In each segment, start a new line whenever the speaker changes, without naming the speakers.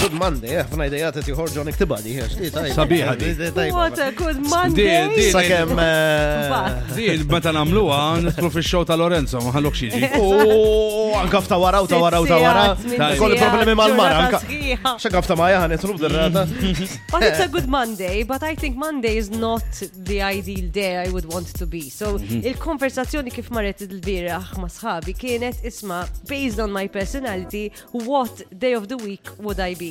Good Monday, eh, f'na idejat qed joħorġu niktiba di għax li tajba.
Sabiħa di.
Di
What
tajba.
a good
Di- di-
Monday!
Sakemm eh,
Ba.
Din, meta namluwa, nisbru fi show ta' Lorenzo, ma ħallok xieġi.
U Oh, anka f'ta wara u ta' wara u ta' wara.
Sitt sijat,
Kolli
sijat,
problemi mal-mara.
ġurnata
anka-
sħiħa.
Xa għafta maja ħan jitrub d-rata.
But it's a good Monday, but I think Monday is not the ideal day I would want to be. So il-konversazzjoni kif marret il-biraħ ma' sħabi kienet isma based on my personality, what day of the week would I be?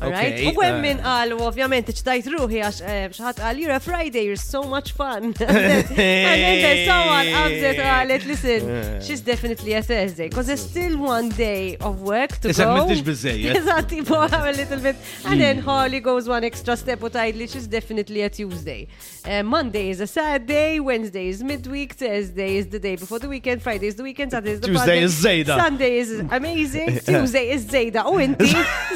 Alright?
Okay,
U għem
uh,
min għal, u ovvjament, ċtajt ruħi għax eh, xaħat għal, you're a Friday, you're so much fun. And then and then someone upset għalet, listen, she's definitely a Thursday, because there's still one day of work to
Isek
go.
m'intix biżżejjed.
Eżatt, tipo, I'm a little bit. And then Holly goes one extra step u tajli, she's definitely a Tuesday. Uh, Monday is a sad day, Wednesday is midweek, Thursday is the day before the weekend, Friday is the weekend, Saturday is the
Tuesday
Monday,
is Zejda.
Sunday is amazing, Tuesday is Oh, Zejda. U inti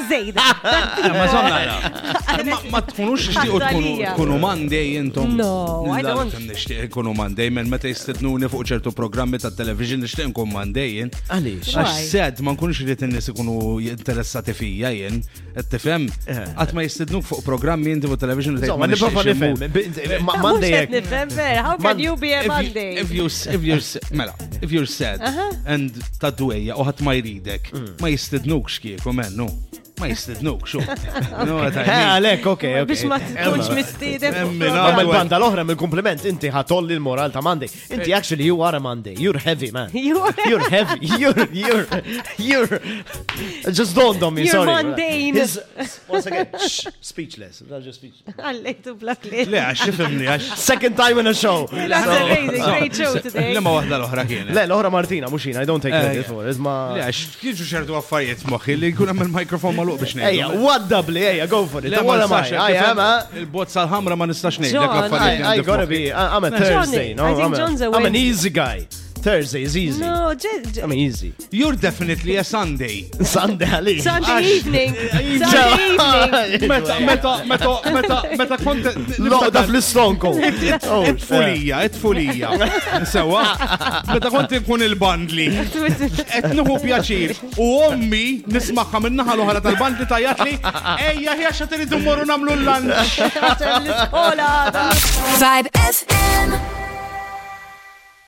Zejda.
Ma zonna, ma tkunux xtiqu
Għaddalija.
tkunu Monday jintom.
No, I don't.
Nishtiq tkunu Monday, men meta jistednuni fuq ċertu programmi ta' television nishtiq nkun Monday jien.
Għalix?
Għax
Why?
sed, ma nkunx li t-nis ikunu interessati fija jien, t-tifem, għat ma jistednuk fuq programmi jinti fuq television li
Ma Eh. niprofa nifhem. bi- ma- Monday
Mux qed
jekk.
nifhem, ver, How can
Mon-
you be a Eh, Monday?
If you, if you're, s- mela, if you're sad, and ta' dweja, uħat ma jridek,
Mm.
ma jistednuk xkieku, mennu. Ma jistednuk, xo. No,
Eh, għalek, ok, ok.
Biex ma tkunx mistiedek.
Emmi, no,
Ma
ma-
l-banda l-oħra mill-kompliment, inti ħatolli l-moral ta' Monday. Inti actually you are a Monday. You're heavy, man.
You are-
You're heavy. You're, you're, you're. Just dawned on me,
You're
sorry.
mundane.
His, once again, shh, speechless. I'm just speechless.
Għallejtu blakli.
Le, għax xifimni, għax.
Second time in a show.
That's amazing, great show today.
Le, ma wahda l-oħra kienet.
Le, l-oħra Martina, muxina, I don't take
Eh,
credit for it.
Le,
Ma.
għax kienġu ċertu għaffariet moħi li kun għamil mikrofon maluq biex nejdu.
Ejja, what doubly, ejja, go for it.
Le,
What
ma
am I?
nistax,
I am a.
Il-bozza l-ħamra ma nistax nejdu.
John,
I, I gotta be. I, I'm a Thursday. No,
I think
I'm, a,
John's a
I'm an
Wednesday.
easy guy. Thursday is easy.
No, j- j-
I'm easy.
You're definitely a Sunday.
Sunday għalli.
Sunday evening. Sunday evening.
Meta, meta, meta, meta, meta kont.
Loqda fl-istonko. Oh,
Fulija, et fulija. Sewa, meta kont nkun il-bandli. Et nuhu pjaċir. U ommi nismaħħa minnaħa l-oħra tal-bandli tajat li, ejja, ħja xa trid immorru namlu l-lunch.
Hola.
Vibe FM.